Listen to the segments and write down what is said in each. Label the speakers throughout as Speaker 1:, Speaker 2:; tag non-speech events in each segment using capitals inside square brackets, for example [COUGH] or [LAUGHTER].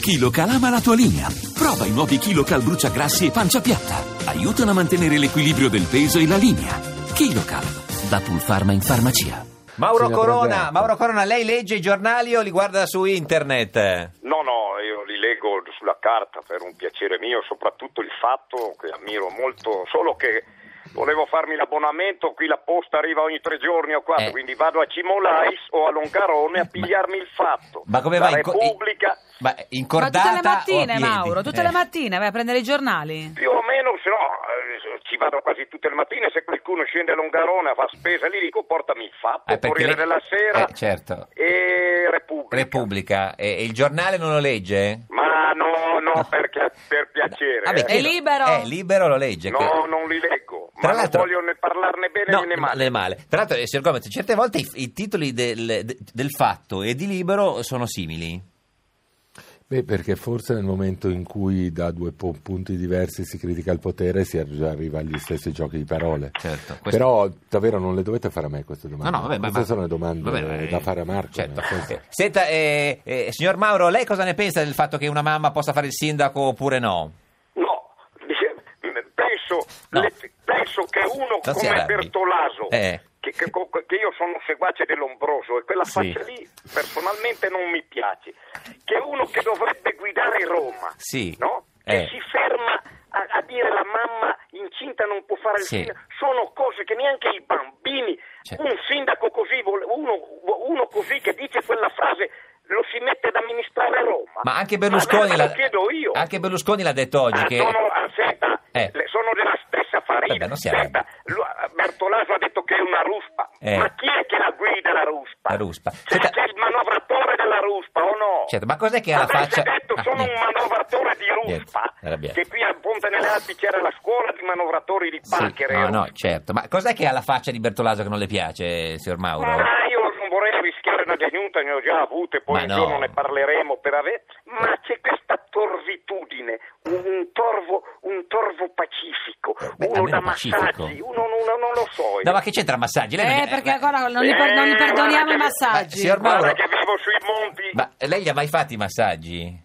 Speaker 1: KiloCal ama la tua linea. Prova i nuovi KiloCal bruciagrassi e pancia piatta. Aiutano a mantenere l'equilibrio del peso e la linea. KiloCal, da Pulpharma in farmacia.
Speaker 2: Mauro
Speaker 3: Signor
Speaker 2: Corona,
Speaker 3: Presidente.
Speaker 2: Mauro Corona, lei legge i giornali o li guarda su internet?
Speaker 4: No, no, io li leggo sulla carta per un piacere mio, soprattutto il fatto che ammiro molto, solo che volevo farmi l'abbonamento, qui la posta arriva ogni tre giorni o quattro,
Speaker 2: Eh.
Speaker 4: quindi vado a Cimolais o a Longarone a pigliarmi il fatto.
Speaker 2: Ma come
Speaker 4: la
Speaker 2: va in co-
Speaker 4: Repubblica,
Speaker 2: Ma in
Speaker 5: Ma
Speaker 2: cordata
Speaker 5: tutte le
Speaker 2: o a
Speaker 5: mattine,
Speaker 2: piedi?
Speaker 5: Mauro, tutte
Speaker 2: Eh.
Speaker 5: le mattine vai a prendere i giornali.
Speaker 4: più o meno, se no eh, ci vado quasi tutte le mattine, se qualcuno scende a Longarone a fa spesa, lì dico portami il fatto,
Speaker 2: Eh, perché
Speaker 4: Corriere
Speaker 2: lei-
Speaker 4: della Sera
Speaker 2: Eh, certo. Eh.
Speaker 4: e Repubblica.
Speaker 2: Repubblica. E, e il giornale non lo legge? Ah,
Speaker 4: Ma no, no, perché- per piacere.
Speaker 2: Vabbè,
Speaker 4: eh.
Speaker 5: È
Speaker 2: chiedo-
Speaker 5: libero?
Speaker 2: È libero, lo legge.
Speaker 4: No, non li leggo,
Speaker 2: Tra
Speaker 4: ma non
Speaker 2: l'altro-
Speaker 4: voglio né parlarne bene
Speaker 2: No,
Speaker 4: né male.
Speaker 2: né male. Tra l'altro, eh, signor Gomez, certe volte i, i titoli del, de- del fatto e di libero sono simili.
Speaker 3: Beh, perché forse nel momento in cui da due po- punti diversi si critica il potere si arri- arriva agli stessi giochi di parole.
Speaker 2: Certo, questo-
Speaker 3: Però davvero non le dovete fare a me queste domande.
Speaker 2: No, no, vabbè, ma-
Speaker 3: queste
Speaker 2: ma-
Speaker 3: sono le domande
Speaker 2: vabbè, ma-
Speaker 3: eh, da fare a Marco.
Speaker 2: Certo.
Speaker 3: nel senso-
Speaker 2: Eh, Senta, eh, eh, signor Mauro, lei cosa ne pensa del fatto che una mamma possa fare il sindaco oppure no?
Speaker 4: No, dice- penso,
Speaker 2: No.
Speaker 4: le- penso che uno
Speaker 2: Non si
Speaker 4: come
Speaker 2: arrabbi.
Speaker 4: Bertolaso,
Speaker 2: Eh.
Speaker 4: che, che- co- che io sono seguace dell'Ombroso e quella
Speaker 2: Sì.
Speaker 4: faccia lì personalmente non mi piace, che uno che dovrebbe guidare Roma,
Speaker 2: Sì.
Speaker 4: no?
Speaker 2: Eh.
Speaker 4: che si ferma a, a dire la mamma incinta non può fare il
Speaker 2: Sì.
Speaker 4: sindaco, sono cose che neanche i bambini,
Speaker 2: Cioè.
Speaker 4: un sindaco così, vuole- uno, uno così che dice quella frase lo si mette ad amministrare Roma.
Speaker 2: Ma anche Berlusconi,
Speaker 4: Ma
Speaker 2: l'ha-
Speaker 4: lo chiedo io.
Speaker 2: anche Berlusconi l'ha detto oggi
Speaker 4: Ah,
Speaker 2: che...
Speaker 4: sono, ah, senta,
Speaker 2: Eh.
Speaker 4: le- sono della stessa farina.
Speaker 2: Vabbè, non si
Speaker 4: Senta, lu- Bertolaso ha detto che è una ruspa.
Speaker 2: Eh.
Speaker 4: Ma chi è che la guida la ruspa?
Speaker 2: La ruspa.
Speaker 4: Cioè,
Speaker 2: Senta-
Speaker 4: c'è il manovratore della ruspa o no?
Speaker 2: Certo, ma cos'è che ha la
Speaker 4: Avesse
Speaker 2: faccia-
Speaker 4: detto
Speaker 2: Ah,
Speaker 4: sono
Speaker 2: niente.
Speaker 4: un manovratore di ruspa.
Speaker 2: Niente, era bene.
Speaker 4: che qui a Ponte nelle Alpi c'era la scuola di manovratori di
Speaker 2: Sì,
Speaker 4: Pachere.
Speaker 2: no, no, certo. Ma cos'è che ha la faccia di Bertolaso che non le piace, signor Mauro?
Speaker 4: Ma eh, io non vorrei rischiare una denuncia, ne ho già avute, poi
Speaker 2: Ma
Speaker 4: un
Speaker 2: no.
Speaker 4: giorno ne parleremo per avere... Ma c'è questa torvitudine, un, un torvo, un torvo pacifico,
Speaker 2: Beh,
Speaker 4: uno
Speaker 2: almeno
Speaker 4: da
Speaker 2: pacifico.
Speaker 4: massaggi, uno, uno non lo so.
Speaker 2: No,
Speaker 4: io.
Speaker 2: ma che c'entra massaggi? Lei non-
Speaker 5: Eh, perché ancora non, li
Speaker 4: eh,
Speaker 5: per- non gli
Speaker 4: guarda
Speaker 5: perdoniamo
Speaker 4: che-
Speaker 5: i
Speaker 2: Ma,
Speaker 5: massaggi.
Speaker 2: signor Mauro,
Speaker 4: Guarda che vivo sui monti, ma...
Speaker 2: ma lei gli ha mai fatti i massaggi?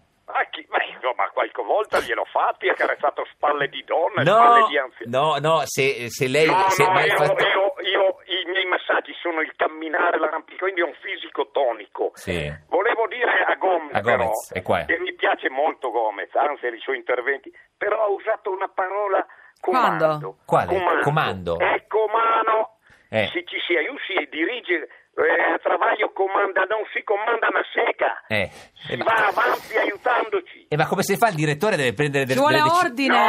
Speaker 4: chi... ma insomma qualche volta gliel'ho fatti, ha carezzato spalle di donna, spalle
Speaker 2: No,
Speaker 4: di anziani.
Speaker 2: no, no, se, se lei...
Speaker 4: No,
Speaker 2: se
Speaker 4: no,
Speaker 2: mai
Speaker 4: io,
Speaker 2: fatto-
Speaker 4: io- io- i miei massaggi sono il camminare, l'arrampico, quindi ho un fisico tonico.
Speaker 2: Sì. eh,
Speaker 4: Volevo dire a Gomez,
Speaker 2: A Gomez,
Speaker 4: però,
Speaker 2: è qua.
Speaker 4: che mi piace molto Gomez, anzi i suoi interventi, però ha usato una parola
Speaker 5: Quando?
Speaker 4: comando.
Speaker 2: Quale?
Speaker 4: Comando.
Speaker 2: Comando.
Speaker 4: Ecco, mano,
Speaker 2: Eh.
Speaker 4: se ci si aiuti e dirige, eh, travaglio comanda, non si comanda una seca,
Speaker 2: Eh,
Speaker 4: si
Speaker 2: eh, ma-
Speaker 4: va avanti aiutandoci.
Speaker 2: Eh, ma come si fa il direttore deve prendere del-
Speaker 5: Ci vuole
Speaker 2: delle dec-
Speaker 5: ordine.
Speaker 4: No,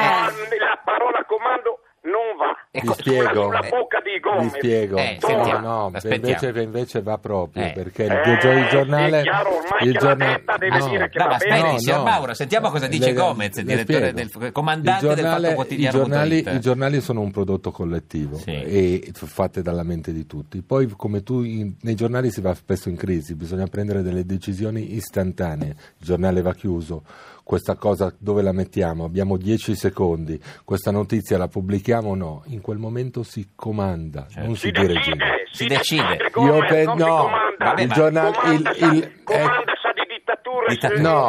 Speaker 4: la parola comando non va.
Speaker 2: Eh,
Speaker 3: Vi
Speaker 2: co-
Speaker 3: spiego,
Speaker 4: sulla bocca di Gomez.
Speaker 3: vi spiego.
Speaker 2: Eh,
Speaker 3: No,
Speaker 2: sentiamo,
Speaker 3: no,
Speaker 2: aspettiamo.
Speaker 3: invece, invece va proprio
Speaker 2: Eh.
Speaker 3: perché
Speaker 4: Eh,
Speaker 3: il, gio- il
Speaker 4: sì,
Speaker 3: giornale,
Speaker 4: è chiaro ormai
Speaker 3: il
Speaker 4: che la testa deve
Speaker 3: no,
Speaker 4: dire che
Speaker 2: No,
Speaker 4: va
Speaker 2: ma
Speaker 4: bene.
Speaker 2: aspetta,
Speaker 3: No,
Speaker 2: signor
Speaker 3: no.
Speaker 2: Mauro, sentiamo cosa dice
Speaker 3: Le-
Speaker 2: Gomez, il
Speaker 3: le
Speaker 2: direttore
Speaker 3: spiego.
Speaker 2: del comandante
Speaker 3: Il
Speaker 2: del Fatto Quotidiano.
Speaker 3: I giornali, i giornali sono un prodotto collettivo
Speaker 2: Sì.
Speaker 3: e f- fatte dalla mente di tutti. Poi, come tu, in- nei giornali si va spesso in crisi, bisogna prendere delle decisioni istantanee. Il giornale va chiuso. Questa cosa dove la mettiamo? Abbiamo 10 secondi. Questa notizia la pubblichiamo o no? In quel momento si comanda, non si,
Speaker 4: Si
Speaker 3: dirige.
Speaker 4: decide,
Speaker 2: Si decide.
Speaker 4: Gomez,
Speaker 3: Io pe-
Speaker 4: non si
Speaker 3: no,
Speaker 4: comanda.
Speaker 2: Vabbè,
Speaker 3: il
Speaker 2: ma-
Speaker 3: giornale,
Speaker 4: comanda,
Speaker 3: il, il-
Speaker 4: sa, comanda
Speaker 3: eh,
Speaker 4: sa di dittature
Speaker 2: Dittatura.
Speaker 4: eh,
Speaker 3: No.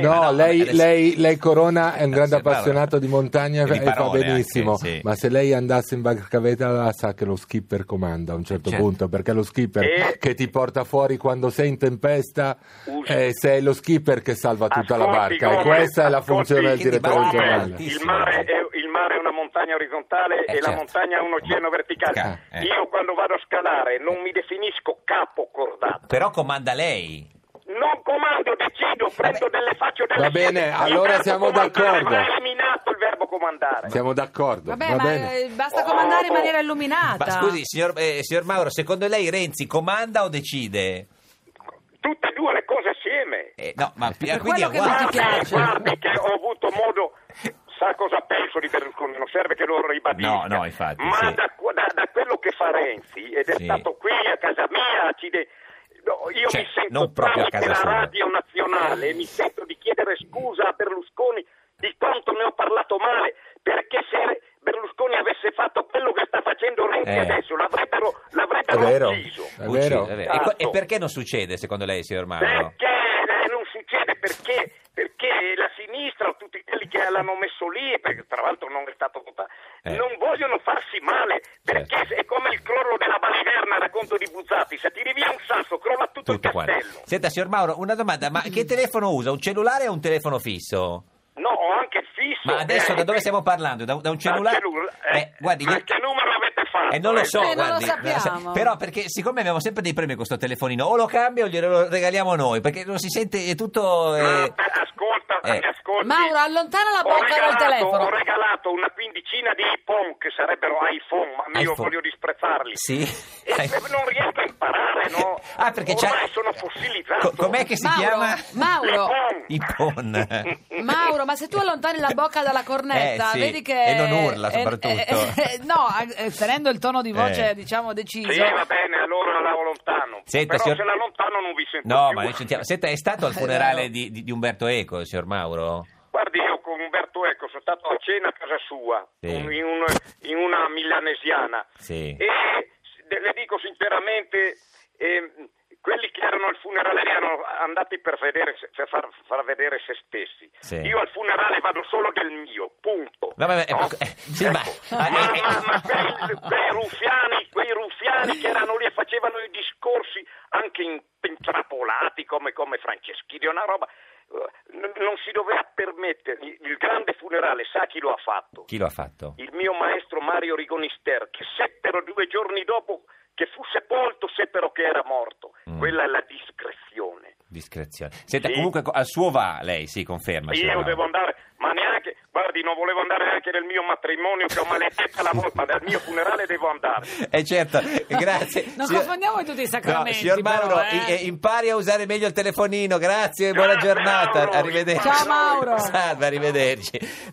Speaker 2: Ma
Speaker 3: No,
Speaker 2: no,
Speaker 3: lei,
Speaker 2: adesso-
Speaker 3: lei- lei Corona è un grande
Speaker 2: Sì, bravo.
Speaker 3: appassionato di montagna
Speaker 2: E di
Speaker 3: e fa
Speaker 2: parole
Speaker 3: benissimo,
Speaker 2: anche, sì.
Speaker 3: ma se lei andasse in barcaveta sa che lo skipper comanda a un certo
Speaker 2: Certo.
Speaker 3: punto, perché lo skipper
Speaker 4: E-
Speaker 3: che ti porta fuori quando sei in tempesta,
Speaker 4: Usa.
Speaker 3: eh, sei lo skipper che salva tutta la
Speaker 4: Ascolti,
Speaker 3: barca e
Speaker 4: Gomez,
Speaker 3: questa è la
Speaker 4: ascolti,
Speaker 3: funzione del
Speaker 2: Quindi
Speaker 3: direttore del
Speaker 2: Gomez,
Speaker 3: giornale.
Speaker 4: Il mare, è, il mare è una montagna orizzontale
Speaker 2: Eh,
Speaker 4: e la
Speaker 2: certo.
Speaker 4: montagna è un oceano
Speaker 2: Ah,
Speaker 4: verticale.
Speaker 2: eh.
Speaker 4: Io quando vado a scalare non mi definisco capo cordato.
Speaker 2: Però comanda lei.
Speaker 4: Non comando, decido, prendo delle faccio delle
Speaker 3: Va bene,
Speaker 4: scelte.
Speaker 3: allora
Speaker 4: Il verbo
Speaker 3: siamo
Speaker 4: comandare
Speaker 3: d'accordo.
Speaker 4: Va eliminato il verbo comandare.
Speaker 3: Siamo d'accordo,
Speaker 5: Vabbè,
Speaker 3: va
Speaker 5: ma
Speaker 3: bene.
Speaker 5: eh, basta comandare in maniera illuminata.
Speaker 2: Ma scusi, signor, eh, signor Mauro, secondo lei Renzi comanda o decide?
Speaker 4: Tutte e due le cose assieme.
Speaker 2: Eh, no, ma
Speaker 5: Per
Speaker 2: quindi è
Speaker 5: quello che non ti
Speaker 2: uguale.
Speaker 5: piace.
Speaker 4: Guardi che ho avuto modo, sa cosa penso di Berlusconi, non serve che lo ribadisca.
Speaker 2: No, no, infatti,
Speaker 4: Ma
Speaker 2: sì.
Speaker 4: da, da- da quello che fa Renzi, ed è
Speaker 2: Sì.
Speaker 4: stato qui a casa mia, a Cide- no, io
Speaker 2: Cioè,
Speaker 4: mi sento
Speaker 2: non proprio a
Speaker 4: tramite
Speaker 2: casa sua.
Speaker 4: la radio nazionale e mi sento di chiedere scusa a Berlusconi di quanto ne ho parlato male, perché se Berlusconi avesse fatto quello che sta facendo Renzi
Speaker 2: Eh.
Speaker 4: adesso l'avrebbero,
Speaker 3: È
Speaker 4: l'avrebbero
Speaker 3: vero,
Speaker 4: ucciso.
Speaker 3: è vero.
Speaker 4: Esatto.
Speaker 2: Uccide, E, co- e perché non succede secondo lei, signor Mauro?
Speaker 4: Perché eh, non succede? Perché, l'hanno messo lì, perché tra l'altro non è stato votato.
Speaker 2: Eh.
Speaker 4: Non vogliono farsi male, perché
Speaker 2: Certo.
Speaker 4: è come il crollo della Baliverna, racconto di Buzzati, se tiri via un sasso crolla tutto,
Speaker 2: Tutto
Speaker 4: il
Speaker 2: quanto.
Speaker 4: castello.
Speaker 2: Senta, signor Mauro, una domanda, ma che telefono usa? Un cellulare o un telefono fisso?
Speaker 4: No, ho anche fisso.
Speaker 2: Ma adesso
Speaker 4: eh,
Speaker 2: da dove stiamo parlando? Da, da un
Speaker 4: dal
Speaker 2: cellulare?
Speaker 4: cellula-
Speaker 2: Eh,
Speaker 4: eh,
Speaker 2: guardi,
Speaker 4: ma
Speaker 2: io-
Speaker 4: che numero avete fatto?
Speaker 2: Eh, non lo so,
Speaker 5: Eh, non lo
Speaker 2: guardi,
Speaker 5: sappiamo.
Speaker 2: Però perché siccome abbiamo sempre dei premi con questo telefonino, o lo cambia o glielo regaliamo noi, perché non si sente è tutto... eh,
Speaker 4: Ah, per- ascolta,
Speaker 2: eh.
Speaker 4: ascolti.
Speaker 5: Mauro, allontana la
Speaker 4: Ho
Speaker 5: bocca dal
Speaker 4: regalato-
Speaker 5: telefono.
Speaker 4: Ho regalato una quindicina di iPhone che sarebbero iPhone, ma io
Speaker 2: iPhone.
Speaker 4: voglio disprezzarli.
Speaker 2: Sì.
Speaker 4: E se Eh, non riesco a imparare, no?
Speaker 2: Eh, [LAUGHS] Ah, perché c'è...
Speaker 4: Ormai sono fossilizzato.
Speaker 2: Co- com'è che si
Speaker 5: Mauro,
Speaker 2: chiama?
Speaker 5: Mauro,
Speaker 2: [LAUGHS]
Speaker 4: L'Ipon.
Speaker 2: I
Speaker 4: [LAUGHS]
Speaker 2: PON.
Speaker 5: Mauro, ma se tu allontani la bocca dalla
Speaker 2: Eh,
Speaker 5: cornetta,
Speaker 2: sì,
Speaker 5: vedi che...
Speaker 2: e non urla,
Speaker 5: eh,
Speaker 2: soprattutto.
Speaker 5: eh, eh, no, eh, tenendo il tono di voce,
Speaker 2: Eh.
Speaker 5: diciamo, deciso.
Speaker 4: Sì, va bene, allora la lontano.
Speaker 2: Senta,
Speaker 4: Però
Speaker 2: signor-
Speaker 4: se la lontano non vi sento
Speaker 2: No,
Speaker 4: più.
Speaker 2: ma noi sentiamo. Senta, è stato al funerale di, di- di Umberto Eco, signor Mauro?
Speaker 4: Guardi, io con Umberto Eco sono stato a cena a casa sua,
Speaker 2: Sì.
Speaker 4: con- in, un- in una milanesiana.
Speaker 2: Sì.
Speaker 4: E s- le dico sinceramente, ehm, quelli che erano al funerale erano andati per, vedere, se- per far, far vedere se stessi.
Speaker 2: Sì.
Speaker 4: Io al funerale vado solo del mio, punto.
Speaker 2: No, ma- ma-
Speaker 4: No?
Speaker 2: eh, sì, [LAUGHS] ma-
Speaker 4: Ecco.
Speaker 2: ah,
Speaker 4: Ma-
Speaker 2: eh,
Speaker 4: ma- ma quei, quei ruffiani, quei ruffiani che erano lì e facevano i discorsi anche in- intrappolati come, come Franceschini, una roba. eh, n- Non si doveva permettere Il- il grande funerale, sa chi lo ha fatto?
Speaker 2: Chi lo ha fatto?
Speaker 4: il mio maestro Mario Rigonister, che seppero due giorni dopo che fu sepolto, seppero che era morto.
Speaker 2: Mm.
Speaker 4: Quella è la discrezione.
Speaker 2: Discrezione. Senta,
Speaker 4: Sì.
Speaker 2: comunque co- al suo va lei, sì, conferma. signor
Speaker 4: Io
Speaker 2: Mauro.
Speaker 4: devo andare, ma neanche, guardi, non volevo andare neanche nel mio matrimonio, che ho maledetta la volta, dal mio funerale devo andare.
Speaker 2: Eh certo, grazie.
Speaker 5: [LAUGHS] Non
Speaker 2: Signor-
Speaker 5: confondiamo tutti i
Speaker 2: No,
Speaker 5: sacramenti,
Speaker 2: signor
Speaker 5: però,
Speaker 2: Mauro,
Speaker 5: eh.
Speaker 2: i- eh, impari a usare meglio il telefonino, grazie, buona
Speaker 4: Grazie,
Speaker 2: giornata,
Speaker 4: Mauro.
Speaker 2: arrivederci.
Speaker 5: Ciao, Mauro.
Speaker 2: Salve, arrivederci.